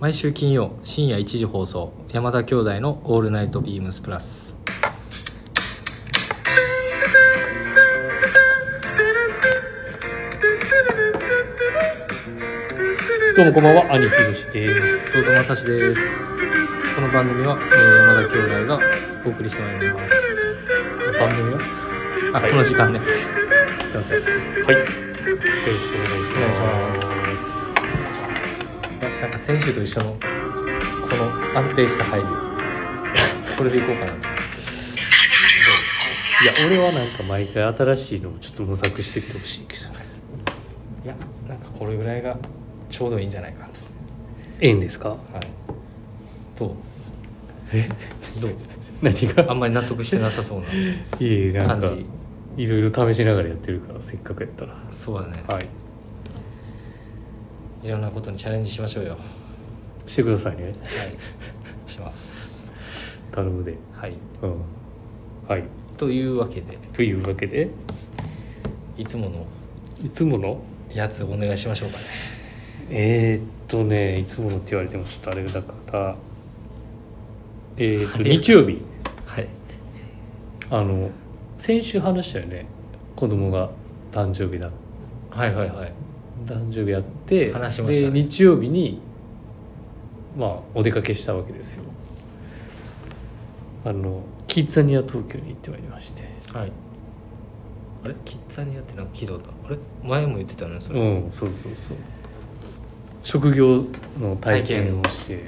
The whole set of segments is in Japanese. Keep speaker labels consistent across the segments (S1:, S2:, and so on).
S1: 毎週金曜深夜1時放送山田兄弟の「オールナイトビームスプラス」
S2: どうもこんばんは、兄ひろしです。
S1: 弟正志ですこの番組は、えー山田兄弟がお送りしてまいります番組はあ、
S2: はい
S1: この時間ね すいません
S2: はい。よろしくお願いし
S1: お願いし
S2: ま。
S1: ますすななんか先週と一緒のこの安定した配慮 これでいこうかない
S2: や、俺はなんか毎回新しいのをちょっと模索してってほしいけど。
S1: いやなんかこれぐらいがちょうどいいんじゃないか
S2: ええんですか
S1: とはいどう
S2: え
S1: どう
S2: 何
S1: あ
S2: が
S1: んまり納得してなさそうない
S2: えいえ、なん
S1: 感
S2: か、
S1: じ
S2: いろいろ試しながらやってるから、せっかくやったら。
S1: そうだね、
S2: はい。
S1: い、ろんなことにチャレンジしましょうよは
S2: してくださいね。
S1: いします
S2: 頼むで。
S1: はい
S2: うん。はい。
S1: というわけで
S2: というわけで、
S1: いつもの
S2: いつもの
S1: やつお願いしましょうかね
S2: えー、っとねいつものって言われてもちょっとあれだからえー、っと
S1: 早い
S2: 日曜日
S1: はい
S2: あの先週話したよね子供が誕生日だ
S1: はいはいはい
S2: 誕生日やって
S1: 話しましたね
S2: で日曜日にまあお出かけしたわけですよあのキッザニア東京に行ってまいりまして
S1: はい。あれキッザニアってなんか聞いたことあるあれ前も言ってたのよそれ。
S2: うんそうそうそう職業の体験をして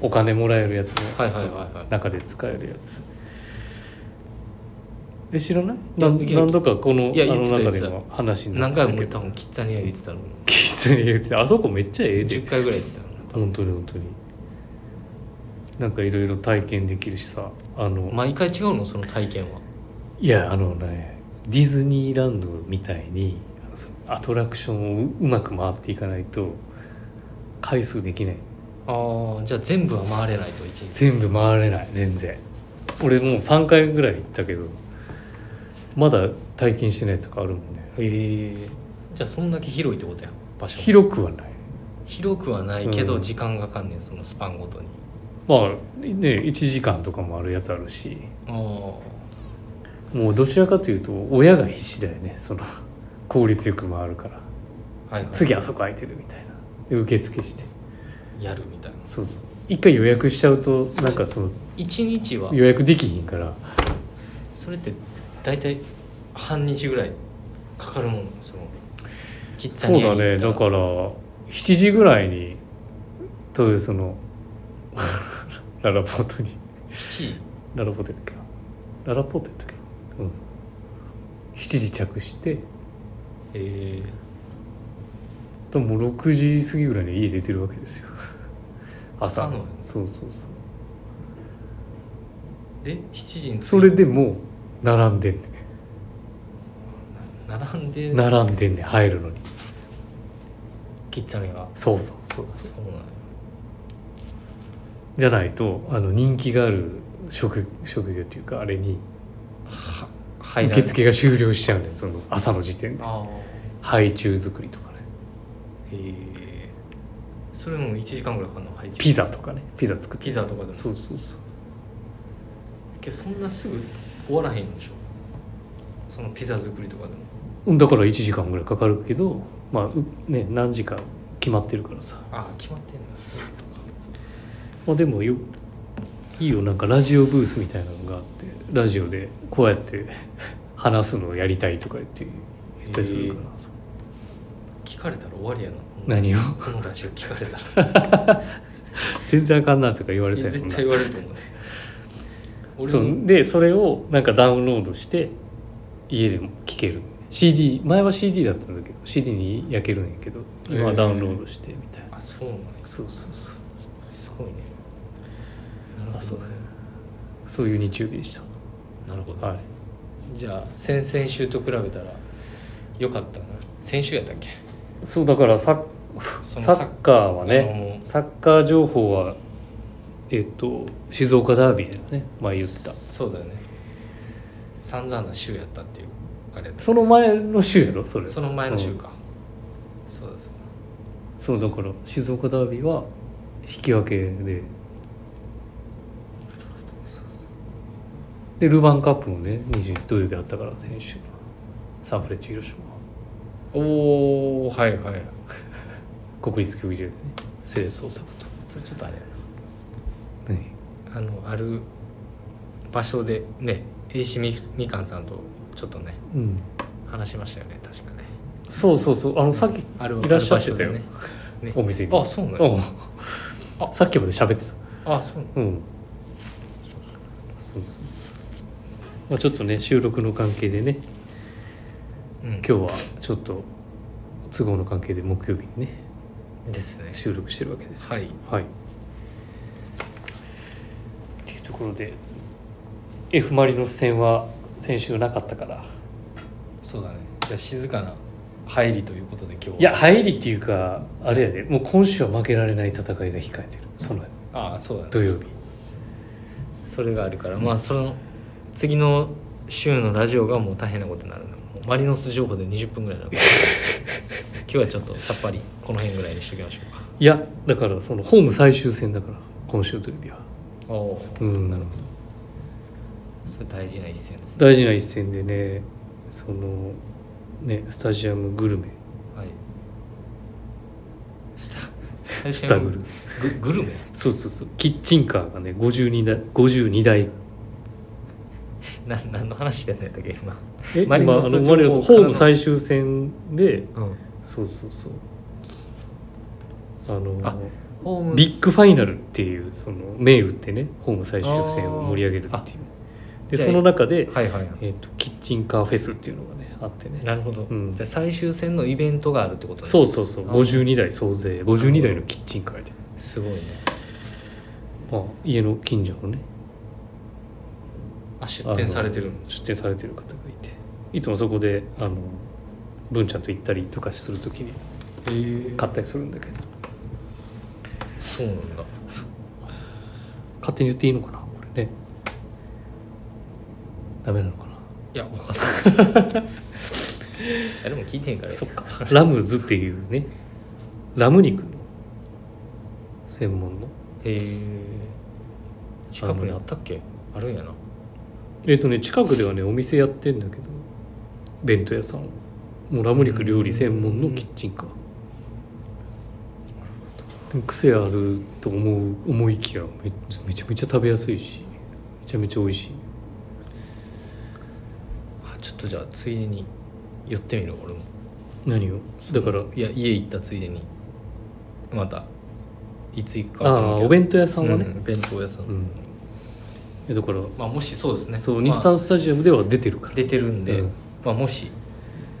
S2: お金もらえるやつね
S1: はいはいはいはい
S2: 中で使えるやつえ知らない
S1: いや
S2: 何
S1: いや
S2: 何度かこの
S1: いや
S2: あの
S1: 言ってた
S2: 中で
S1: 言
S2: も話にな
S1: 何
S2: って
S1: 回
S2: た
S1: も
S2: け
S1: 多
S2: ど
S1: 分キッザニア言ってたの。
S2: キッズに言ってあそこめっちゃええで
S1: 10回ぐらい言ってたの。
S2: 本当に本当になんかいろいろ体験できるしさあの、
S1: 毎回違うのその体験は。
S2: いやあのねディズニーランドみたいにあのそのアトラクションをううまく回っていかないと回数できない
S1: ああ、じゃあ全部は回れないと一日。
S2: 全部回れない全然俺もう3回ぐらい行ったけどまだ体験してないやつとかあるもんね
S1: へえ。じゃあそんだけ広いってことや。場所も。
S2: 広くはない
S1: 広くはないけど
S2: うん
S1: 時間がかんねん、そのスパンごとに。
S2: まあね1時間とかもあるやつあるし
S1: ああ。
S2: もうどちらかというと親が必死だよねその効率よく回るから
S1: はいはい。
S2: 次あそこ空いてるみたいなで受付して
S1: やるみたいな。
S2: そうそう一回予約しちゃうとなんかその
S1: 一日は、
S2: 予約できひんから
S1: それって大体半日ぐらいかかるもん、その。キッザ
S2: そう
S1: ニア
S2: だ
S1: に行
S2: ね
S1: ったら
S2: だから7時ぐらいにというその ララポートに
S1: 7時
S2: ララポートやったっけなララポートやったっけなうん7時着して
S1: ええ。
S2: でももう6時過ぎぐらいには家出てるわけですよ朝
S1: 朝の
S2: そうそうそう
S1: で7時に着い
S2: それでもう並んでんね
S1: 並んで
S2: 並んでんね入るのに
S1: キッザニアが
S2: そうそうそうそう
S1: そうなんや
S2: じゃないとあの人気がある職職業っていうかあれに
S1: は入ら
S2: 受
S1: ない
S2: 付が終了しちゃうねんその朝の時点で
S1: ああ
S2: 配中作りとかね
S1: へえそれも1時間ぐらいかかるの配置
S2: ピザとかねピザ作って
S1: ピザとかでも
S2: そうそうそう
S1: けどそんなすぐ終わらへんでしょそのピザ作りとかでも
S2: うんだから1時間ぐらいかかるけどまあうね何時間決まってるからさ、
S1: ああ決まってんだそういうことか
S2: まあ、でもよいいよなんかラジオブースみたいなのがあってラジオでこうやって 話すのをやりたいとか言って言ったりするから、
S1: 聞かれたら終わりやな
S2: 何を
S1: このラジオ聞かれたら
S2: 全然あかんなとか言われてたやつ
S1: 絶対言われると思うね俺
S2: そ
S1: も
S2: うでそれをなんかダウンロードして家でも聴ける CD 前は CD だったんだけど CD に焼けるんやけど今はダウンロードしてみたいな、
S1: あそうなんや
S2: そうそうそう
S1: すごいねなるほ
S2: あそう
S1: どね
S2: そういう日曜日でし
S1: なるほど、
S2: たはい
S1: じゃあ先々週と比べたら良かったな先週やったっけ
S2: そうだからサッ
S1: そ
S2: サ
S1: の
S2: ッカーはね
S1: ね
S2: サッカー情報はえっと静岡ダービーだよね前言ってた
S1: そうだよね散々な週やったっていうあれだ
S2: その前の週やろそれ
S1: その前の週
S2: うん
S1: か、そうです
S2: そうだから静岡ダービーは引き分けででルヴァンカップもね20土曜日あったから選手サンフレッチェ広島
S1: おおはいはい
S2: 国立競技場でね整列捜索と、
S1: それちょっとあれや
S2: ね、
S1: なあのある場所でね AC みみかんさんとちょっとね
S2: うん
S1: 話しましたよね確かね
S2: そうそうそうあのさっき
S1: ある
S2: いらっしゃってた
S1: あ
S2: よ、
S1: る場所でねね
S2: お店に
S1: あそうなの、
S2: うん
S1: あ
S2: さっきまで喋ってた
S1: あそうなの
S2: うんそうそうそうまあちょっとね収録の関係でね
S1: うん
S2: 今日はちょっと都合の関係で木曜日にね
S1: ですね
S2: 収録してるわけですよ
S1: はい
S2: はいっていうところで F ・マリノス戦は先週なかったから
S1: そうだねじゃあ静かな入りということで今日はい
S2: や入りっていうかあれやでもう今週は負けられない戦いが控えてるその
S1: ああそうだね
S2: 土曜日
S1: それがあるから、まあその次の週のラジオがもう大変なことになるなもうマリノス情報で20分ぐらいになる今 日はちょっとさっぱりこの辺ぐらいにしときましょう
S2: いやだからそのホーム最終戦だから今週土曜日は
S1: かおおー
S2: うん
S1: なるほどそれ大事な一戦ですね
S2: 大事な一戦でねそのねスタジアムグルメ
S1: はいスタ
S2: ス
S1: ス
S2: タ
S1: タ
S2: グ
S1: グ
S2: ル
S1: ルググルメ
S2: そうそうそうキッチンカーがね52台52台
S1: な何の話してんだったっけ今
S2: え
S1: マリ
S2: 今
S1: ノス
S2: あの
S1: 情報
S2: マリノス
S1: か
S2: ホ
S1: らの
S2: ーム最終戦で
S1: うん
S2: そうそうそうあの
S1: あホーム
S2: ビッグファイナルっていうその銘打ってねホーム最終戦を盛り上げる
S1: あ
S2: っ
S1: ー
S2: ていう
S1: じ
S2: で
S1: ゃあ
S2: その中で、
S1: はいはい
S2: えー、とキッチンカーフェスっていうのがねあってね
S1: なるほど、
S2: うん
S1: じゃあ最終戦のイベントがあるってことね
S2: そうそうそう
S1: あー
S2: 52台総勢52台のキッチンカーで、
S1: すごいね
S2: まあ、家の近所のね
S1: あ出展されてるんだ
S2: 出店されてる方がいていつもそこであの文ちゃんと行ったりとかするときに
S1: えー
S2: 買ったりするんだけど
S1: そうなんだ
S2: 勝手に言っていいのかなこれねダメなのかない
S1: や分かん ない誰も聞いてへんから
S2: そっかラムズっていうねラム肉の専門の
S1: へえ近くにあったっけあるんやな
S2: えっ、とね近くではねお店やってんだけど弁当屋さんをもうラム肉料理専門のキッチンカーでも癖あると思う思いきやめめちゃめちゃ食べやすいしめちゃめちゃ美味しい
S1: あちょっとじゃあついでに寄ってみる俺も
S2: 何をだから
S1: いや家行ったついでにまたいつ行くか
S2: ああお弁当屋さ
S1: 当
S2: んはね、
S1: うん、弁当屋さん、
S2: うんえだから、
S1: まあもしそうですね
S2: そう
S1: まあ
S2: 日産スタジアムでは出てるから、
S1: 出てるんで、
S2: うん
S1: まあ、もし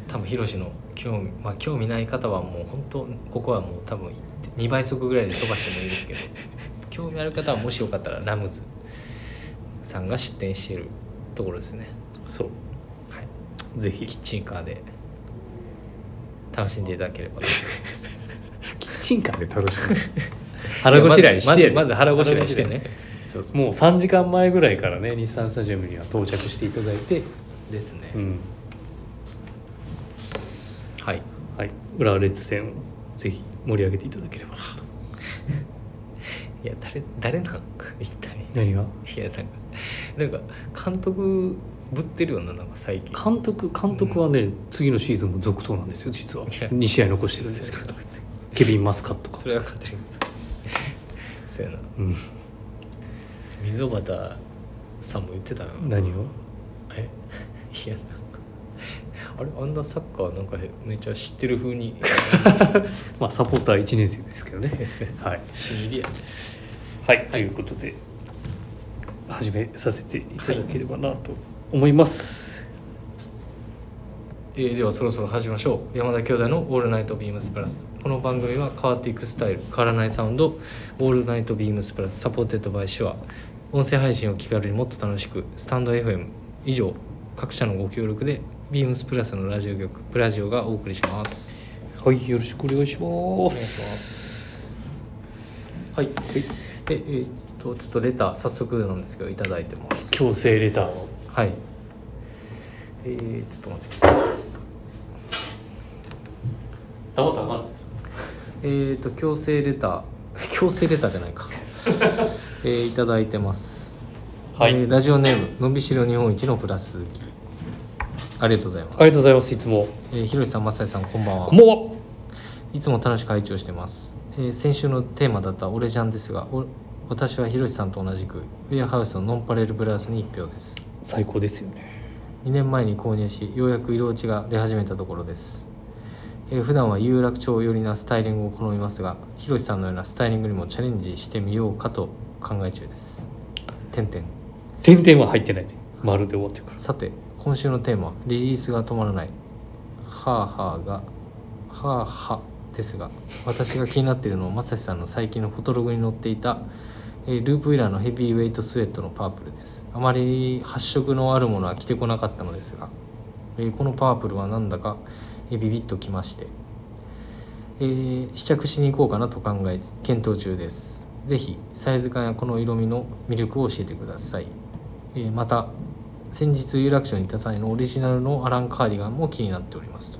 S1: 多分ヒロシの興味,、まあ、興味ない方はもう本当ここはもう多分2倍速ぐらいで飛ばしてもいいですけ ど興味ある方はもしよかったらラムズさんが出店しているところですね、
S2: そう
S1: はい、
S2: ぜひ
S1: キ
S2: キ
S1: ッチンカーで楽しんでいただければと思い ます
S2: ッチンカーで楽しむ 腹ごしらえして
S1: まず
S2: ね
S1: まず腹ごしらえしてねそうそう
S2: もう3時間前ぐらいからね日産スタジアムには到着していただいて、
S1: ですね、
S2: うん
S1: はい
S2: はい、浦和レッズ戦をぜひ盛り上げていただければなと
S1: いや誰誰なん 一体
S2: 何が
S1: いやなんかなんか監督ぶってるよななんか最近
S2: 監督監督はね、次のシーズンも続投なんですよ実はい
S1: や
S2: 2試合残してるんですけどケビン・マスカットか
S1: それは分かってるけどそうやな
S2: うん、
S1: 溝端さんも言ってたな
S2: 何を
S1: え いやなんかあれあんなサッカーなんかへめっちゃ知ってる風 に
S2: まあサポーター1年生ですけどねはい
S1: 新入りや
S2: はい、ということで始めさせていただければなと思います、
S1: えーではそろそろ始めましょう山田兄弟の「オールナイトビームスプラス」この番組は変わっていくスタイル変わらないサウンド「オールナイトビームスプラス」サポーテッドバイシュア音声配信を気軽にもっと楽しくスタンド FM 以上各社のご協力でビームスプラスのラジオ局プラジオがお送りします
S2: はいよろしくお願いします
S1: お願いしますはい、でえーっとちょっとレター早速なんですけどいただいてます
S2: 強制レターを
S1: はい。えー、ちょっと待ってください。
S2: たまたまなんですよ
S1: えー、と強制レター 強制レターじゃない か、えーいただいてます、
S2: はい
S1: えーラジオネームのびしろ日本一のプラス鈴木ありがとうございます、
S2: ありがとうございますいつも
S1: えー、ひろしさんまさえさんこんばんは
S2: こんばんはい
S1: つも楽しく会長してます、えー先週のテーマだった「俺じゃん」ですがお私はひろしさんと同じくウェアハウスのノンパレルブラウスに1票です
S2: 最高ですよね
S1: 2年前に購入しようやく色落ちが出始めたところです、えー普段は有楽町寄りなスタイリングを好みますがひろしさんのようなスタイリングにもチャレンジしてみようかと考え中ですてんてん
S2: 点々は入ってないで丸で終わってるから
S1: さて今週のテーマ「リリースが止まらない」はあはあが「はあは」ですが私が気になっているのはまさしさんの最近のフォトログに載っていた、えーループイラーのヘビーウェイトスウェットのパープルですあまり発色のあるものは着てこなかったのですが、えーこのパープルはなんだか、えービビッときまして、えー試着しに行こうかなと考え検討中ですぜひサイズ感やこの色味の魅力を教えてください、えーまた先日有楽町にいた際のオリジナルのアランカーディガンも気になっておりますと、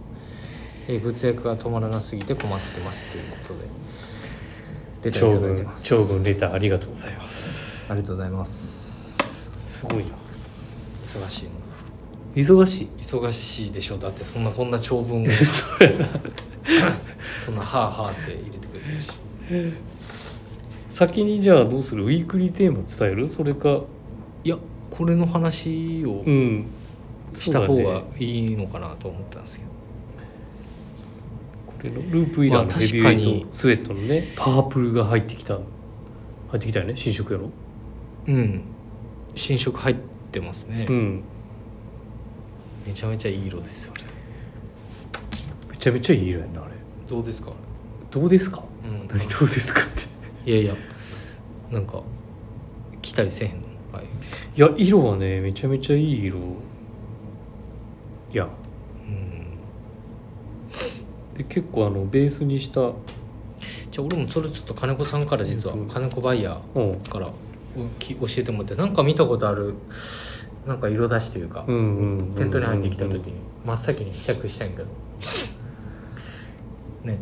S1: えー、物欲が止まらなすぎて困ってますということでレター
S2: 長
S1: いただいて
S2: 文
S1: ます
S2: 長文レターありがとうございます
S1: ありがとうございます
S2: すごいな
S1: 忙しいな
S2: 忙しい
S1: 忙しいでしょうだってそんなこんな長文を
S2: それな
S1: そんなはあはあって入れてくれてるし
S2: 先にじゃあどうするウィークリーテーマ伝えるそれか
S1: いやこれの話を
S2: うん
S1: した方
S2: そう
S1: が
S2: だね
S1: いいのかなと思ったんですけど、
S2: これのループイラー
S1: ま
S2: の
S1: あ
S2: ヘビ
S1: 確
S2: ーウェイ
S1: かに
S2: トスウェットのねパープルが入ってきた入ってきたよね新色やろ
S1: うん新色入ってますね、
S2: うん
S1: めちゃめちゃいい色ですよあれ
S2: めちゃめちゃいい色やんなあれ
S1: どうですか、
S2: どうですか
S1: うん、
S2: 何どうですか って
S1: いやいやなんか来たりせえへんのはい
S2: いや色はねめちゃめちゃいい色いや
S1: うん
S2: で結構あのベースにした
S1: じゃあ俺もそれちょっと金子さんから実は
S2: そう
S1: 金子バイヤ
S2: うん
S1: ーからおき教えてもらってなんか見たことあるなんか色出しというか、
S2: うんうんうん
S1: テントに入ってきた時に真っ先に試着したいんやけどね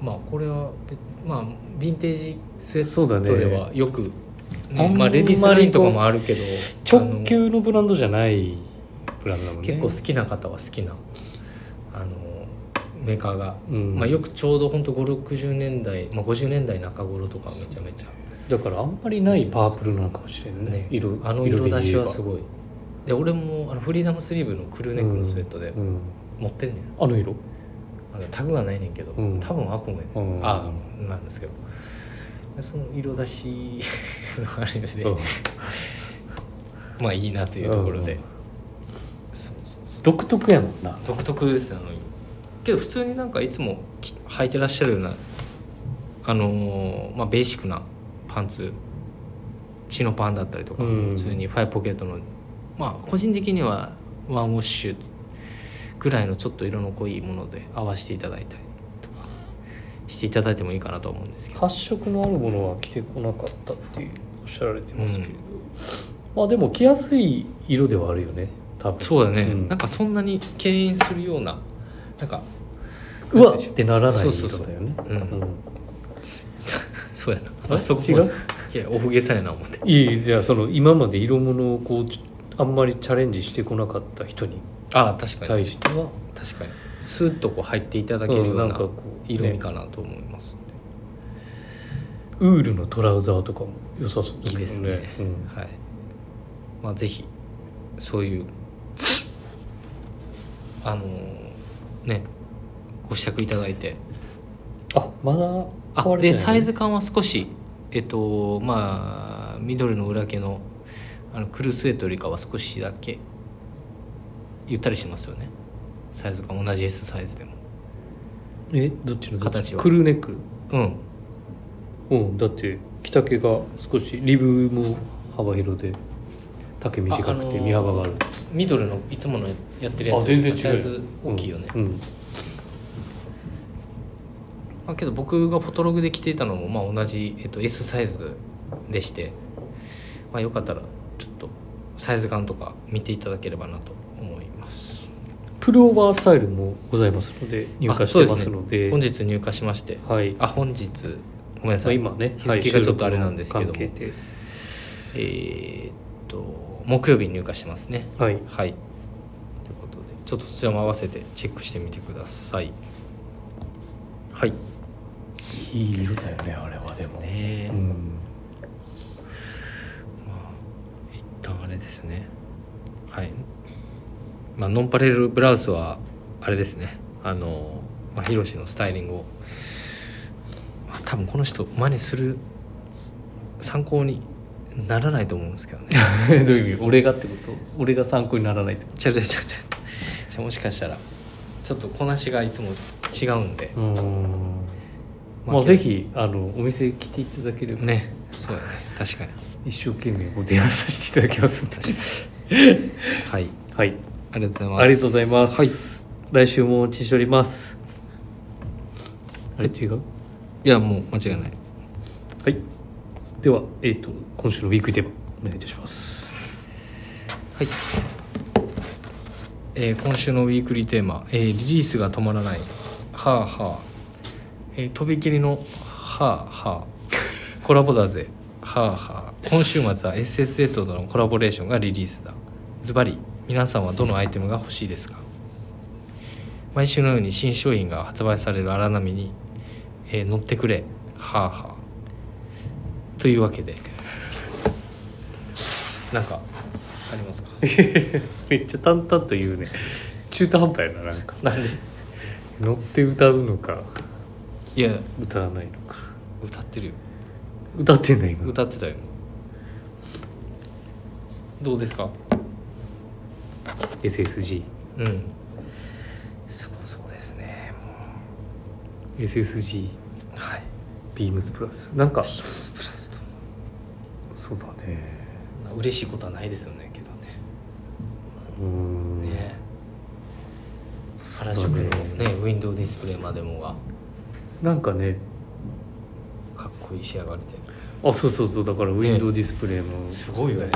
S1: まあこれはべまあヴィンテージスウェ
S2: そうだ
S1: ッ
S2: ね
S1: トではよく、ね
S2: あん
S1: ま
S2: ま
S1: あ、
S2: り
S1: レディースラインとかもあるけど
S2: 直球のブランドじゃないブランドだも
S1: あの
S2: んね
S1: 結構好きな方は好きなあのメーカーが、
S2: うん
S1: まあ、よくちょうどほんと560年代、まあ、50年代中頃とかめちゃめちゃ
S2: だからあんまりないパープルなのかもしれないね
S1: ね
S2: 色
S1: あの色出しはす
S2: い、
S1: ごいで俺もあのフリーダムスリーブのクルーネックのスウェットで
S2: うん、
S1: 持ってんねん
S2: あの色
S1: あのタグがないねんけど、
S2: うん
S1: 多分アコムやねん
S2: うん
S1: あなんですけどその色出 しのあれで、
S2: うん
S1: まあいいなというところで、
S2: うん
S1: そうそうそう
S2: 独特やもんな
S1: 独特ですねあの色けど普通になんかいつもき履いてらっしゃるようなあのーまあベーシックなパンツチノパンだったりとか、
S2: うん
S1: 普通にファイブポケットのまあ個人的にはワンウォッシュぐらいのちょっと色の濃いもので合わせていただいたりとかしていただいてもいいかなと思うんですけど
S2: 発色のあるものは着てこなかったっていうおっしゃられてますけれど、まあでも着やすい色ではあるよね多分
S1: そうだね、
S2: うん
S1: なんかそんなに敬遠するようななんか
S2: うわっってならない
S1: そうそう
S2: 色
S1: そう
S2: だよね
S1: うんそうや
S2: あ
S1: なあそこ
S2: 違う
S1: いや大げさやな思って
S2: いいじゃあその今まで色物をこうちあんまりチャレンジしてこなかった人に
S1: ああ確かに
S2: 対しては
S1: 確かにスーッとこう入っていただけるよう
S2: うんなん
S1: な
S2: かこう
S1: 色味かなと思いますんで、
S2: ウールのトラウザーとかも良さそうだけど
S1: いいですね
S2: うん
S1: はいまあぜひそういうあのーねご試着いただいて
S2: あまだ買
S1: あ
S2: われてないね
S1: でサイズ感は少しえっとまあ緑の裏毛のあのクルースウェットよりかは少しだけゆったりしますよねサイズ感同じ S サイズでも
S2: えどっちの
S1: 形は
S2: クルーネック
S1: うん
S2: うんだって着丈が少しリブも幅広で丈短
S1: ああ
S2: く
S1: の
S2: て
S1: ー
S2: 身幅がある
S1: ミドルのいつものやってるや
S2: あ
S1: つ
S2: 全然違う
S1: サイズ大きいよね、
S2: うんうん
S1: まあ、けど僕がフォトログで着ていたのもまあ同じ、えっと、S サイズでして、まあ、よかったらちょっとサイズ感とか見ていただければなと思います
S2: プルオーバースタイルもございますので入荷してますので
S1: 本日入荷しまして
S2: はい
S1: あ本日ごめんな
S2: ま
S1: さ
S2: あ、
S1: い、
S2: 今ね
S1: 日付がちょっとあれなんですけども
S2: はい収録の関係で
S1: えーっと木曜日に入荷してますね
S2: はい
S1: はいということでちょっとそちらも合わせてチェックしてみてくださいはい
S2: いい色だよねあれはでも
S1: ね
S2: うん
S1: まあ一旦あれですねはいまあノンパレルブラウスはあれですねあの、まあ、ヒロシのスタイリングを、まあ、多分この人真似する参考にならないと思うんですけどね
S2: どういう意味俺がってこと俺が参考にならないってこ
S1: ちょちょちょちょじゃあもしかしたらちょっとこなしがいつも違うんで
S2: とうん
S1: まあ
S2: まあぜひあのお店来ていただければ、
S1: ねそうだね確かに
S2: 一生懸命ご提案させていただきますんで
S1: 確かにはい
S2: はい
S1: ありがとうございます
S2: ありがとうございます、
S1: はい、い
S2: 来週もお待ちしておりますあれ違う
S1: やもう間違いない
S2: はいではえっ、と今週のウィークイテーマお願いいたします
S1: はい、えー今週のウィークリーテーマ、えーリリースが止まらない」「はあはあ」えーとびきりの「はあはあ」「コラボだぜ」「はあはあ」「今週末は SSA とのコラボレーションがリリースだ」「ズバリ皆さんはどのアイテムが欲しいですか?」毎週のように新商品が発売される荒波に、えー乗ってくれ「はあはあ」というわけでなんかありますか
S2: めっちゃ淡々と言うね中途半端やななんか
S1: なんで
S2: 乗って歌うのか
S1: いや
S2: 歌わないのか
S1: 歌ってるよ
S2: 歌ってんだ今
S1: 歌ってたよどうですか
S2: SSGSSG
S1: うんそうそうですねはい
S2: ビームスプラスなんかそ
S1: プラスプラスと
S2: うだね
S1: 嬉しいことはないですよねけどね
S2: うーん
S1: ね原
S2: そ
S1: 宿
S2: う
S1: の
S2: だね
S1: ねウィンドウディスプレイまでもが
S2: なんかね
S1: かっこいい仕上がりで
S2: あそうそうそうだからウィンドウディスプレイも、
S1: すごいよね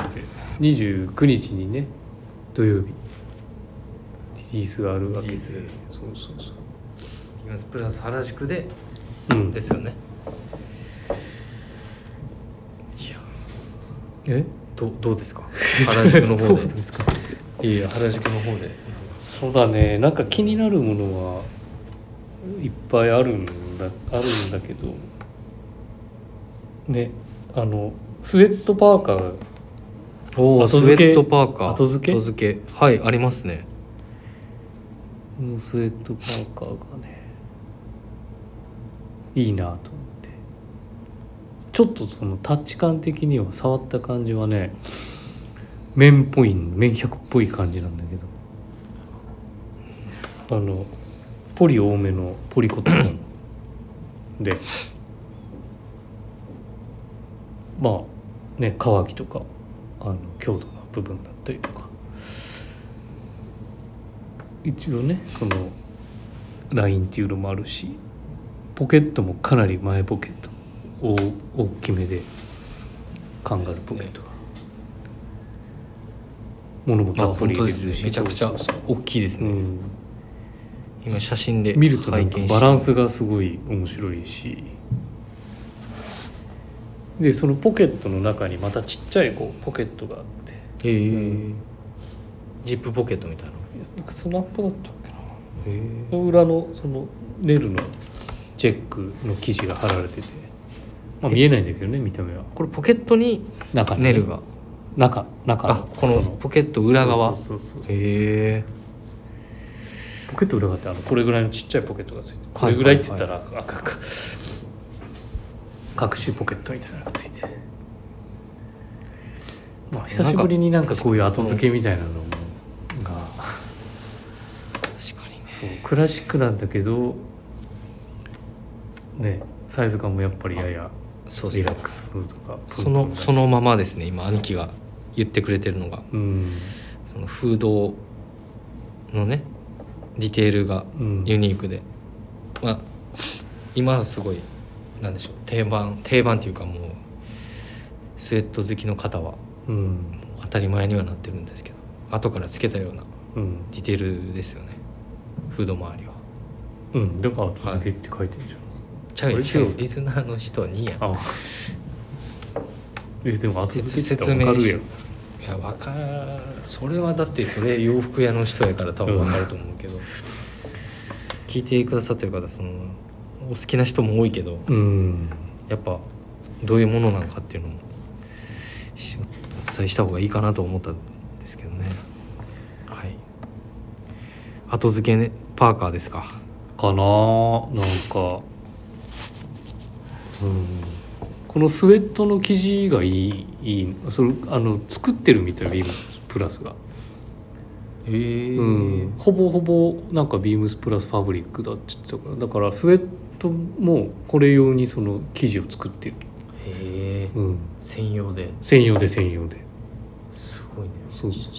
S2: 29日にね土曜日リリースがあるわけ
S1: リリ
S2: で
S1: ース
S2: そうそうそ
S1: ビームスプラス原宿で
S2: う、うん
S1: で、すよねいや
S2: え
S1: どうどう ですか原宿の方
S2: そうなん
S1: で
S2: ですか
S1: いや原宿の方で
S2: そうだねなんか気になるものはいっぱいあるんだあるんだけどねあのスウェットパーカー
S1: おおス
S2: 後
S1: ウ
S2: 付
S1: ェ
S2: け
S1: ットパーカー
S2: 後付け
S1: はいありますね
S2: のスウェットパーカーがねいいなと思ってちょっとそのタッチ感的には触った感じはね綿っぽい綿100っぽい感じなんだけどあのポリ多めのポリコットンでまあね乾きとかあの強度の部分だったりとか一応ねそのラインっていうのもあるしポケットもかなり前ポケット大大きめでカンガルーポケットが、物も
S1: あ
S2: たっぷ
S1: 本
S2: り
S1: 当
S2: 入
S1: ですね
S2: れてるし
S1: めちゃくちゃ
S2: そうそう
S1: 大きいです
S2: そうう
S1: ね
S2: ん
S1: 今写真で
S2: 見るとな
S1: 拝
S2: んか
S1: 見して
S2: バランスがすごい面白いしでそのポケットの中にまたちっちゃいこうポケットがあっ
S1: え
S2: て
S1: ー
S2: うん
S1: ジップポケットみたいな
S2: なんかスナップだったっけな
S1: へ
S2: その裏のそのネルのチェックの生地が貼られてて、まあ、見えないんだけどね見た目は
S1: これポケットに
S2: 中に
S1: ネルが
S2: 中中
S1: あこのポケット裏
S2: 裏
S1: 側
S2: そうそうそうそう
S1: へえ
S2: ポケット裏側ってあのこれぐらいのちっちゃいポケットがついてるこ
S1: はい
S2: れぐらいって言ったら、あかか各種ポケットみたいなのがついてまあ久しぶりになんかこういう後付けみたいなのもが
S1: 確かにね
S2: そうクラシックなんだけどねサイズ感もやっぱりやや
S1: そうで
S2: リ
S1: す
S2: ラッ
S1: ね
S2: クス風とか
S1: そのそのままですね今兄貴が言ってくれてるのが
S2: うん
S1: そのフードのねディテールが
S2: うん
S1: ユニークで、まあ今はすごいなんでしょう定番定番っていうかもうスウェット好きの方は
S2: うん
S1: 当たり前にはなってるんですけど後からつけたような
S2: うん、
S1: ディテールですよねフード周りは
S2: うん、だから後付けって書いてるじゃん、
S1: ちちゃうよ
S2: これ
S1: ちゃうよ
S2: 違う
S1: リスナーの人にや
S2: ああえでも後で
S1: 説
S2: 聞いた
S1: 説
S2: ら分
S1: 明
S2: かる
S1: し
S2: やろ
S1: いやわかるそれはだってそれ洋服屋の人やから多分わかると思うけど、聞いてくださってる方そのお好きな人も多いけど
S2: うん
S1: やっぱどういうものなのかっていうのもしお伝えした方がいいかなと思ったんですけどねはい後付け、ね、パーカーですか
S2: かなあなんかうんこのスウェットの生地がいいいいそれあの作ってるみたいなビームスプラスが、
S1: ええ
S2: うん、ほぼほぼなんかビームスプラスファブリックだって言ってたからだからスウェットもこれ用にその生地を作ってる、
S1: へえ
S2: うん、
S1: 専用で
S2: 専用で専用です
S1: ごいね
S2: そうそう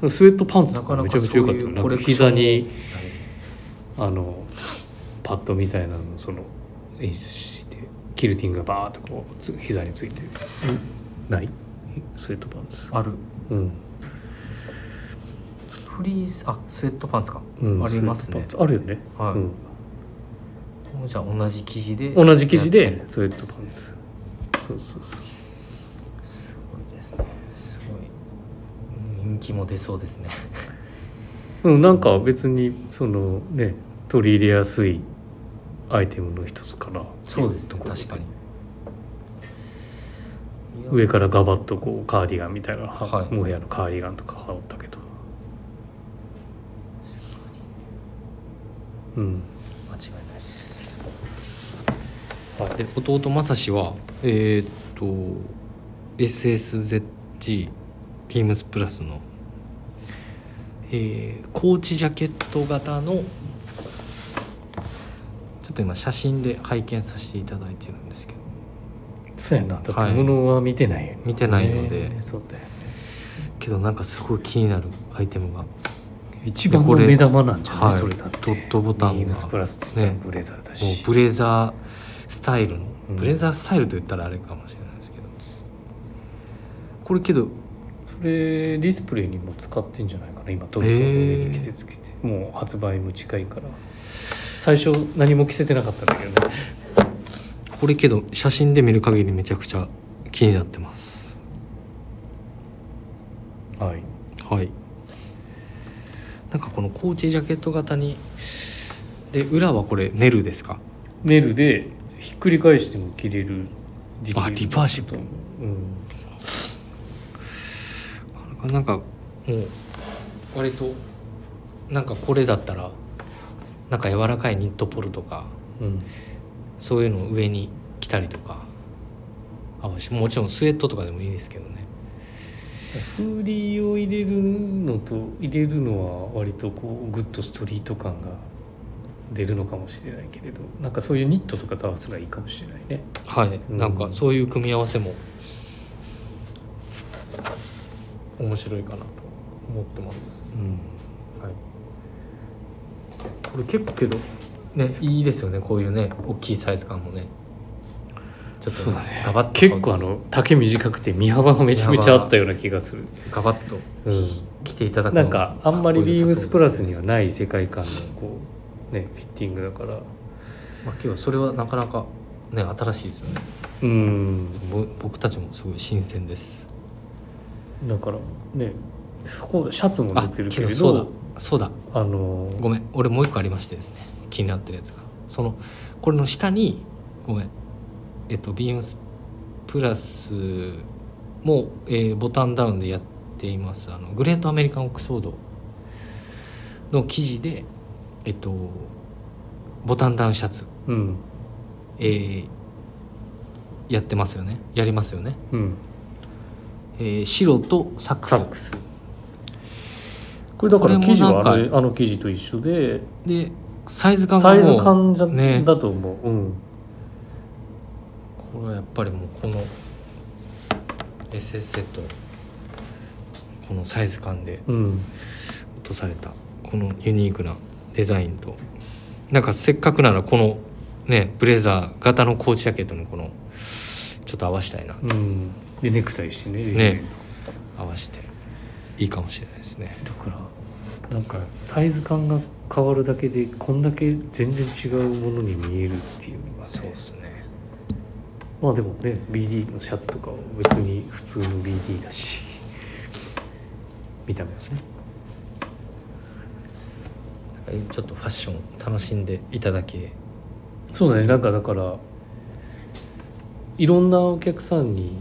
S2: そうスウェットパンツ
S1: な
S2: と
S1: か
S2: か
S1: な
S2: めちゃ
S1: か
S2: めち
S1: そ
S2: ゃ良
S1: う
S2: かった
S1: い
S2: よ
S1: う
S2: な
S1: コ
S2: ん
S1: レ
S2: か
S1: クション
S2: 膝に
S1: はい
S2: あのパッドみたいなのをその演出してキルティングがバーッとこうつ膝についてるないスウェットパンツ
S1: ある
S2: うん、
S1: フリースあスウェットパンツか、
S2: うん、
S1: あります
S2: スウェ
S1: ね
S2: ットパンツあるよね、
S1: はい
S2: うん
S1: もうじゃあ同じ生地で
S2: 同じ生地
S1: やって
S2: で
S1: る
S2: スウェットパンツそうそうそう
S1: すごいですねすごい人気も出そうですね
S2: うん、なんか別にそのね取り入れやすいアイテムの一つから
S1: そうですね
S2: ところ
S1: 確かに
S2: 上からガバッとこうカーディガンみたいな、
S1: はい
S2: モヘアのカーディガンとか羽織ったけどうん
S1: 間違いないです、はい、で弟正志はえーっと SSZG ビームスプラスの、えーコーチジャケット型のちょっと今写真で拝見させていただいてるんですけど
S2: そうやな
S1: って物
S2: は見てないよね
S1: 見てないので
S2: そうだよね
S1: けどなんかすごい気になるアイテムが
S2: 一番
S1: こ
S2: の
S1: れ
S2: 目玉なんじゃない、
S1: はい
S2: それだって
S1: ドットボタンが
S2: ビームスプラスって言ったら
S1: ね
S2: ブレザーだし、
S1: もうブレザースタイルの、
S2: うん
S1: ブレザースタイルと言ったらあれかもしれないですけどこれけど
S2: それディスプレイにも使ってんじゃないかな今トビさんの上に着せつけて、もう発売も近いから最初何も着せてなかったんだけどね
S1: これけど写真で見る限りめちゃくちゃ気になってます
S2: はい
S1: はいなんかこのコーチジャケット型にで裏はこれネルですか
S2: ネルでひっくり返しても着れるできる
S1: あリバーシブ
S2: うん
S1: なんかもう割となんかこれだったらなんか柔らかいニットポルとか
S2: うん
S1: そういうのを上に着たりとか合わしもちろんスウェットとかでもいいですけどね
S2: フーディーを入れるのと入れるのは割とこうグッとストリート感が出るのかもしれないけれどなんかそういうニットとかと合わせたらいいかもしれないね
S1: はい、
S2: うん
S1: なんかそういう組み合わせも面白いかなと思ってます、
S2: うん
S1: はい、これ結構けどねいいですよねこういうね大きいサイズ感もねちょっと
S2: そうだね
S1: ガバッと
S2: 結構あの丈短くて身幅がめちゃめちゃあったような気がする、
S1: ガバッと
S2: う
S1: 着ていただ
S2: ん、
S1: くの
S2: な
S1: も
S2: んかあんまりビームスプラスに
S1: か
S2: はない世界観のこうねフィッティングだから
S1: っこよさそうですね、まあ、今日それはなかなかね新しいですよね
S2: うん
S1: ぼ僕たちもすごい新鮮です
S2: だからねそこシャツも
S1: あ
S2: 出てるけ
S1: け
S2: れ
S1: ど
S2: ど
S1: そうだそうだ
S2: あの
S1: ごめん俺もう一個ありましてですね気になってるやつがそのこれの下にごめんえっとビームスプラスも、えーボタンダウンでやっていますあのグレートアメリカンオックスフォードの記事でえっとボタンダウンシャツ、
S2: うん
S1: えーやってますよねやりますよね、
S2: うん
S1: えー白とサックス
S2: サックスこれだから
S1: これも
S2: 生地はあ
S1: なん
S2: のあの生地と一緒で
S1: でサイズ感が
S2: サ
S1: もう
S2: イズ感じゃ、
S1: ね
S2: だと思ううん
S1: これはやっぱりもうこの SS とこのサイズ感で
S2: うん
S1: 落とされたこのユニークなデザインとなんかせっかくならこのねブレザー型のコーチジャケットのこのちょっと合わしたいな
S2: うんでネクタイしてね
S1: ね合わしていいかもしれないですね
S2: だからなんかサイズ感が変わるだけでこんだけ全然違うものに見えるっていうのがね
S1: そうですね
S2: まあでもね BD のシャツとかは別に普通の BD だし見た目はね
S1: なんかちょっとファッション楽しんでいただけ
S2: そうだねなんかだからいろんなお客さんに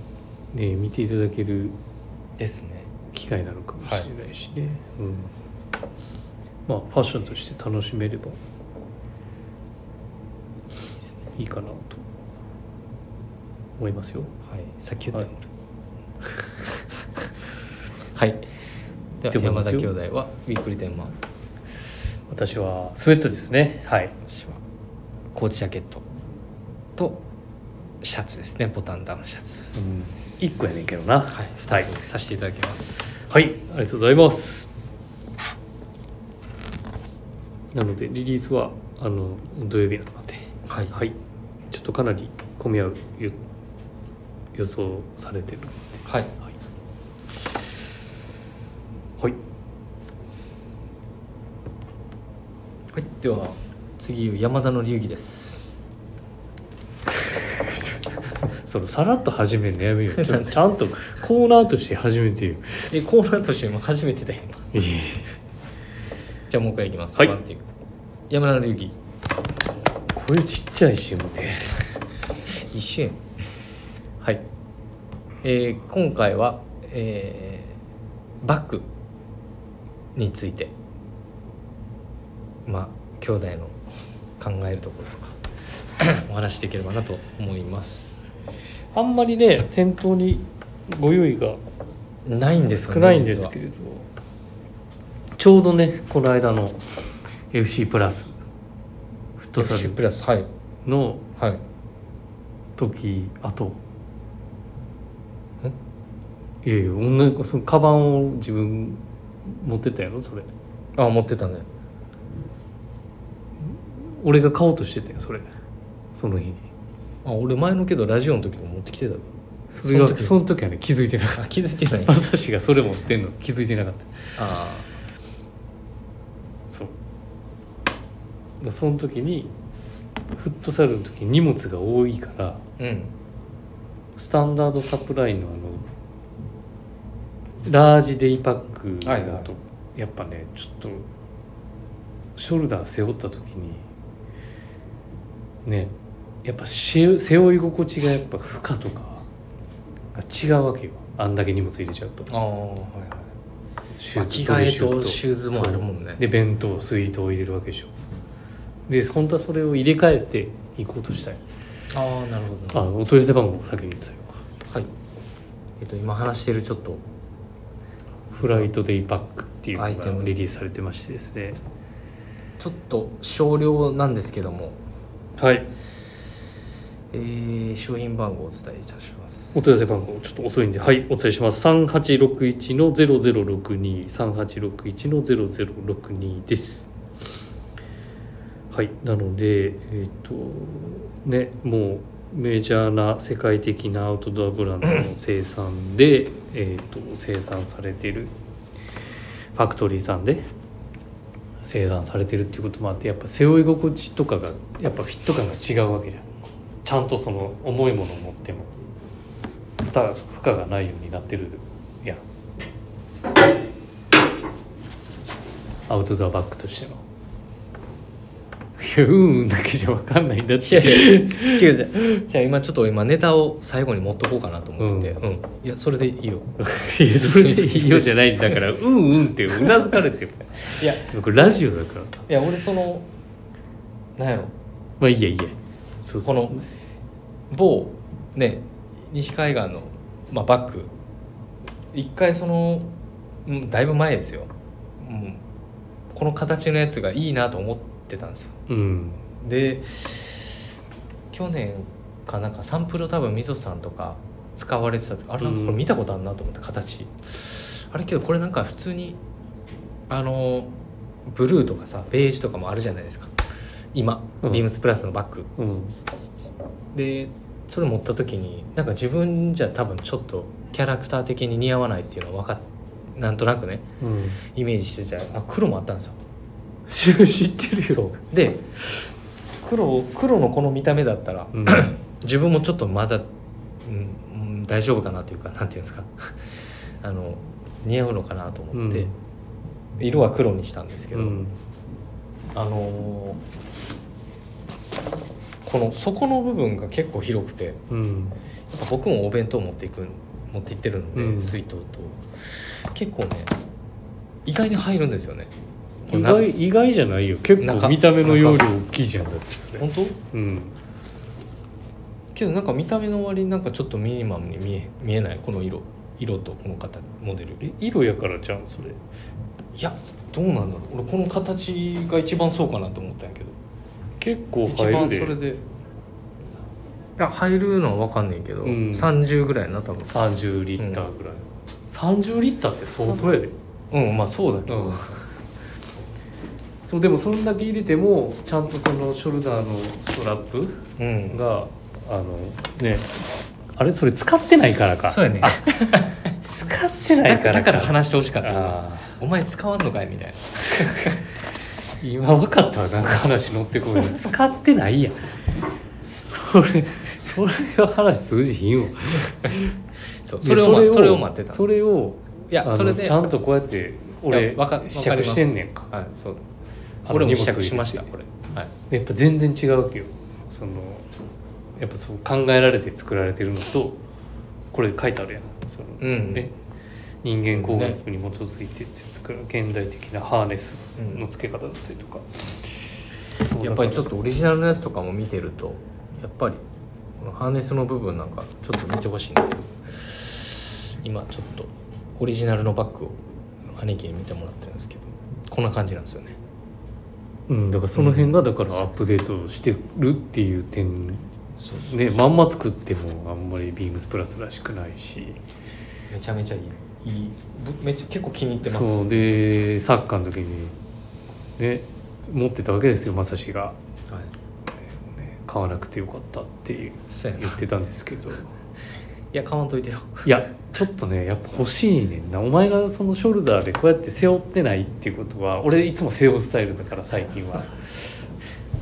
S2: ね見ていただける
S1: ですね
S2: 機会なのかもしれないしね、うん、まあファッションとして楽しめればいいかなと思いますよ
S1: はいさっき言ったよ俺 はい、では
S2: でも
S1: 山
S2: です
S1: 田
S2: よ
S1: 兄弟はびっくり天満
S2: 私はスウェットですねはい
S1: 私はコーチジャケットとシャツですねボタンダウンシャツ
S2: 1個やねんけどな
S1: はい
S2: は
S1: 2
S2: い、
S1: つさせていただきます、
S2: はい、ありがとうございますなのでリリースはあの土曜日なので
S1: はい
S2: は
S1: はい
S2: いちょっとかなり混み合う予予想されてるはい。はい。
S1: はい、では次山田の流儀です
S2: そのさらっと始めるのやめ よう。ちょちゃんとコーナーとして始めてよ。
S1: えコーナーとしても初めてだよ今
S2: いい
S1: じゃあもう一回いきます、
S2: はい
S1: ワンテイク山田の流儀
S2: 声ちっちゃいし、もて。
S1: 一緒やんはい、えー今回は、えーバッグについてまあ兄弟の考えるところとか お話しできればなと思います
S2: あんまりね、店頭にご用意が
S1: ないんですよ
S2: 少
S1: ね
S2: ないんです
S1: 実は
S2: けれど、ちょうどね、この間の FC プラス、フットサ
S1: FC プ
S2: ル
S1: ラスはい
S2: の
S1: はい
S2: 時、あと、いやいや、女の子、そのカバンを自分持ってったやろ、それ。
S1: あ持ってたね
S2: 俺が買おうとしてたよそれその日に
S1: あ俺前のけどラジオの時も持ってきてたわ
S2: それが
S1: その時です
S2: その時はね気づいてなかっ
S1: あ気づいて ない
S2: た馬刺しがそれ持ってんの気づいてなかった
S1: あ
S2: そうだからその時にフットサルの時に荷物が多いから
S1: ーうん
S2: スタンダードサプライのあのラージデイパックだ
S1: は
S2: と、
S1: いは
S2: やっぱねちょっとショルダー背負った時にねやっぱし背負い心地がやっぱ負荷とかが違うわけよあんだけ荷物入れちゃうと
S1: ああはいはい
S2: シ
S1: まあ着替えと
S2: ボディ
S1: シューズもあるもん
S2: そ
S1: ね
S2: うで弁当スイートを入れるわけでしょで本当はそれを入れ替えていこうとしたい
S1: ああなるほ
S2: あ
S1: どね
S2: お問い合わせ番号先に言ってたよ
S1: はいえっと今話してるちょっと
S2: フライトデイパックっていう
S1: アイテ
S2: の
S1: ム
S2: がリリースされてましてですね
S1: ちょっと少量なんですけども、
S2: はい
S1: えー、商品番号をお伝えいたします
S2: お問い合わせ番号ちょっと遅いんではいお伝えします3861の00623861の0062ですはいなのでえっ、とねもうメジャーな世界的なアウトドアブランドの生産でえっと生産されているファクトリーさんで生産されてるっていうこともあってやっぱ背負い心地とかがやっぱフィット感が違うわけじゃんちゃんとその重いものを持っても負担負荷がないようになってるやんアウトドアバッグとしてのいやうんうんだけじゃ分かんないんだっ
S1: いやいや
S2: て
S1: 違う違うじゃあ今ちょっと今ネタを最後に持っとこうかなと思ってて、うんいやそれでいいよ
S2: いやそれでいいよじゃないんだからうんうんってうなずかれてる
S1: いやい
S2: これラジオだから
S1: や俺そのなんやろ
S2: まあいいやいいやそうそ
S1: こ
S2: う
S1: の某ね西海岸の、まあ、バッグ一回そのうんだいぶ前ですよ、うん、この形のやつがいいなと思ってたんですよ
S2: うん
S1: で去年かなんかサンプル多分みそさんとか使われてたとかあれなんかこれ見たことあるなと思って形、あれけどこれなんか普通にあのブルーとかさベージュとかもあるじゃないですか今、
S2: うん
S1: ビームスプラスのバッグ
S2: うん
S1: でそれ持った時になんか自分じゃ多分ちょっとキャラクター的に似合わないっていうのは分かっなんとなくね
S2: うん
S1: イメージしてたらあ黒もあったんですよ知ってる
S2: そ
S1: で黒黒のこの見た目だったら
S2: う、うん、
S1: 自分もちょっとまだ、うんうん、大丈夫かなというかなんていうんですか あの似合うのかなと思って、
S2: うん
S1: 色は黒にしたんですけ
S2: う
S1: ど、
S2: ん
S1: あのーこの底の部分が結構広くてやっ
S2: うん
S1: ぱ僕もお弁当持っていく持って行ってるので、
S2: うん
S1: 水筒と結構ね意外に入るんですよね。これ
S2: 意
S1: な
S2: 外意外じゃないよ結
S1: 中
S2: 構見た目の容量大きいじゃんだってそれ
S1: 本当
S2: うん
S1: けどなんか見た目の割になんかちょっとミニマムに見え見えないこの色色とこの型モデル
S2: え色やからじゃんそれ
S1: いやどうなんだろう俺この形が一番そうかなと思ったんやけど
S2: 結構
S1: 一
S2: 入
S1: 番
S2: る
S1: それで
S2: で
S1: いや入るのは分かんないけど、
S2: うん
S1: 30ぐらいな多分
S2: 30リッターぐらい、30リッターって相当やで
S1: うんまあそうだけ
S2: う
S1: ど、
S2: んそうでもそんだけ入れてもちゃんとそのショルダーのストラップ
S1: うん
S2: があのねあれそれ使ってないからか
S1: そうやね
S2: あ使ってな
S1: だ
S2: いか
S1: から
S2: ら
S1: だから話してほしかったよ
S2: あ
S1: お前使わんのかいみたい
S2: ー今分かったわなんか話乗ってこい使ってないやんそれそれは話通じひんわ
S1: なそうそれをまそれを待ってた
S2: それを
S1: いや
S2: あの
S1: それで
S2: ちゃんとこうやって
S1: い
S2: 俺
S1: やわかわかります
S2: 試着してんねんか
S1: はいそう
S2: あの
S1: 俺も
S2: 荷物
S1: 試着しました
S2: 入
S1: これはい
S2: れてやっぱ全然違うわけよそのやっぱそう考えられて作られてるのとこれ書いてあるやんその、
S1: うん
S2: ね人間工学に基づいて作る現代的なハーネスの付け方だったりとか、そう
S1: やっぱりちょ
S2: だ
S1: っとオリジナルのやつとかも見てるとやっぱりこのハーネスの部分なんかちょっと見てほしいんだけど今ちょっとオリジナルのバッグを兄貴に見てもらってるんですけどこんな感じなんですよね
S2: からうん、だからその辺がだからアップデートしてるっていう点
S1: そう
S2: ねまんま作ってもあんまりビームスプラスらしくないし
S1: めちゃめちゃいいいいぶめっちゃ結構気に入ってます
S2: そうでサッカーの時にね持ってたわけですよまさしが、
S1: はい、
S2: ね買わなくてよかったっていう
S1: そうやな
S2: 言
S1: い
S2: ってたんですけど
S1: や買わんといてよ
S2: いやちょっとねやっぱ欲しいねんなお前がそのショルダーでこうやって背負ってないっていうことは俺いつも背負うスタイルだから最近は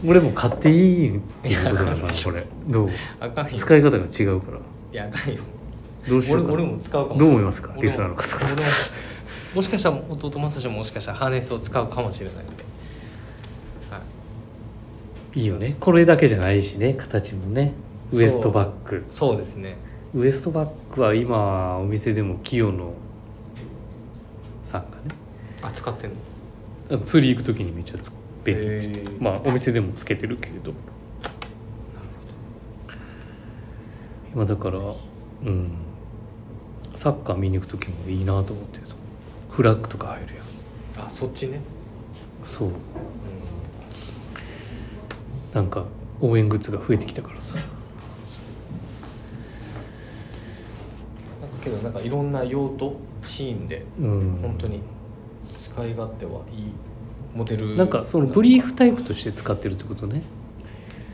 S2: 俺も買っていいっていうこと
S1: い
S2: だ
S1: や買う
S2: から
S1: でしょ
S2: これどう
S1: あかんよ
S2: 使い方が違うから
S1: いやあかんよ
S2: どうしよ
S1: 俺
S2: うかな
S1: 俺も使うかも
S2: どう思いますか
S1: 俺も
S2: リスナーの方
S1: 俺ももしかしたら弟正志ももしかしたらハーネスを使うかもしれないんで、はい、
S2: いいよねこれだけじゃないしね形もねウエストバッグ
S1: そうですね
S2: ウエストバッグは今お店でも清野さんがね
S1: あ使ってんの
S2: あの釣り行く時にめっちゃつ便利、
S1: えー
S2: まあお店でもつけてるけれど今だからうんサッカー見に行く時もいいなと思ってさフラッグとか入るやん
S1: あそっちね、
S2: そうなんか応援グッズが増えてきたからさ
S1: なんかけどなんかいろんな用途シーンで
S2: うん
S1: 本当に使い勝手はいいモデル
S2: なんかそのブリーフタイプとして使ってるってことね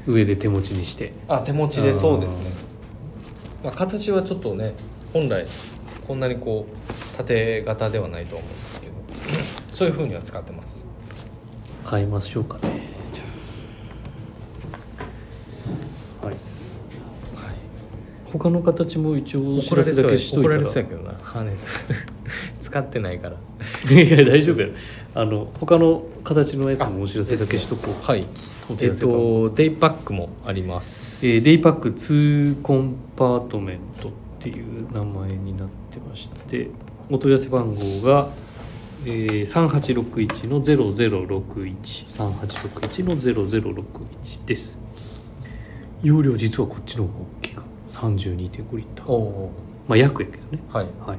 S2: 上で手持ちにして
S1: あ手持ちでそうですね、まあ、形はちょっとね本来こんなにこう縦型ではないと思うんですけど そういうふうには使ってます
S2: 買いましょうかねは
S1: は
S2: い
S1: い
S2: 他の形も一応お知
S1: 怒
S2: ら
S1: ら
S2: せ
S1: れそ
S2: だ
S1: う
S2: け
S1: や
S2: しとい
S1: 怒
S2: たら
S1: られそうやけどなハーネス 使ってないから
S2: いや大丈夫やあの他の形のやつもお知らせだけしとこう
S1: はい
S2: お知
S1: え
S2: ら
S1: っ
S2: せかも
S1: とデイパックもあります
S2: えーデイパック2コンパートメントっていう名前になってましてお問い合わせ番号が、えー、3861の00613861の0061です容量実はこっちの方が大きいか32.5リッター
S1: おお
S2: まあ約やけどね
S1: はい
S2: はい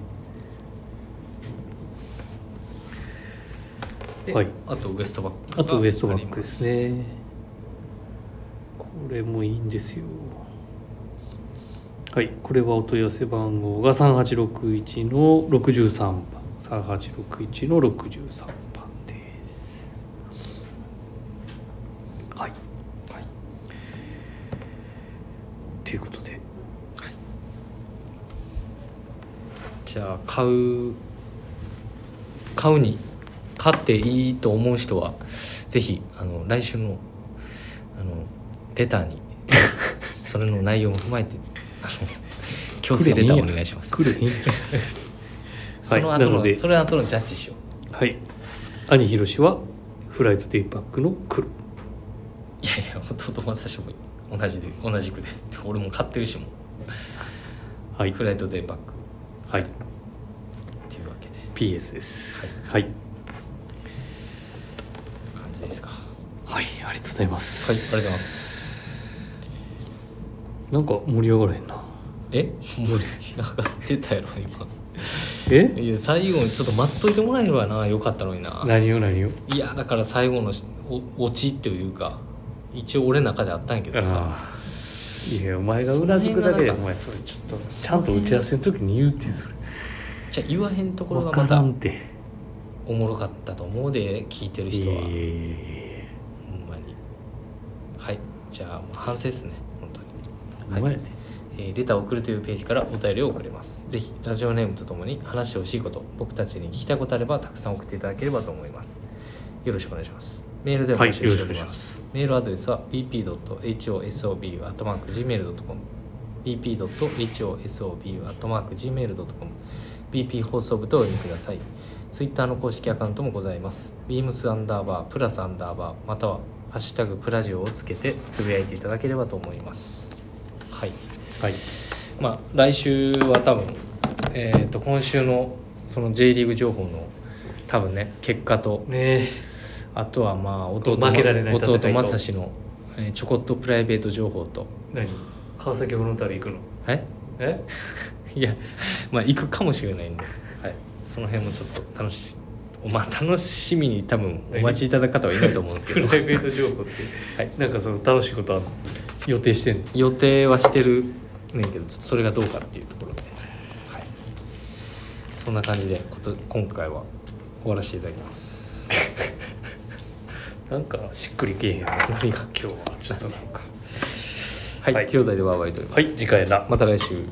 S1: で
S2: はい
S1: あとウエストバック
S2: あとウエストバックですねこれもいいんですよはいこれはお問い合わせ番号が3861の63番3861の63番ですは
S1: は
S2: い
S1: い
S2: ということで
S1: じゃあ買う買うに買っていいと思う人はぜひあの来週のあのレター にそれの内容も踏まえてあの強制レターお願いします
S2: 来るね
S1: その後
S2: はいな
S1: の、
S2: ので
S1: それ後のジャッジしよう
S2: はい兄ひろしはフライトデイパックの黒
S1: いやいや弟正志も同じで同じくですって俺も買ってるしも
S2: はい
S1: フライトデイバック
S2: はい
S1: っていうわけで
S2: PS ですはい
S1: 感じですかはい
S2: はい、ありがとうございます
S1: ありがとうございます
S2: なんか盛り上がらへんな
S1: え無理上がってたやろ今
S2: え
S1: いや最後にちょっと待っといてもらえるわなよかったのにな
S2: 何を何を
S1: いやだから最後のしおオチっていうか一応俺の中であったんやけどさ
S2: ああいやお前がうなずくだけで
S1: その辺がなんか
S2: お前それちょっとちゃんと打ち合わせの時に言うっていうそれ
S1: じゃあ言わへんところが
S2: わ
S1: ま
S2: から
S1: た
S2: んて
S1: おもろかったと思うで聞いてる人は、
S2: え
S1: ほんまにはいじゃあもう反省ですね本当に
S2: え
S1: はい
S2: お前やで
S1: えーレターを送るというページからお便りを送れます。ぜひ、ラジオネームとともに話してほしいこと、僕たちに聞きたいことあれば、たくさん送っていただければと思います。よろしくお願いします。メールでも
S2: はい
S1: 募集しており
S2: よ
S1: ま
S2: ろし
S1: す。
S2: く
S1: メールアドレスは bp.hosobu.gmail.com bp.hosobu.gmail.com bp 放送部とお読みください。ツイッターの公式アカウントもございます。beams アンダーバー、プラスアンダーバー、または、ハッシュタグプラジオをつけてつぶやいていただければと思います。はい。
S2: はい
S1: まあ、来週は多分、えー、と今週のその J リーグ情報の多分ね結果と
S2: ね
S1: あとはまあ弟
S2: 負けられない戦いと
S1: 弟正志の、えーちょこっとプライベート情報と
S2: 何川崎フロンターレ行くの
S1: え
S2: え
S1: いやまあ行くかもしれないんで、はい、その辺もちょっと楽しまあ楽しみに多分お待ちいただく方はいないと思うんです
S2: プ
S1: け
S2: ラ
S1: ど
S2: イベート情報って、
S1: はい
S2: なんかその楽しいことあるの予定してんの
S1: 予定はしてるねんけどちょっとそれがどうかっていうところで、はい、そんな感じでこと今回は終わらせていただきます。
S2: なんかしっくりけえへんな
S1: 何が
S2: 今日はちょっとなんか
S1: はい、
S2: はい
S1: 兄弟でワーワー言っております。
S2: はい次回だ
S1: また来週。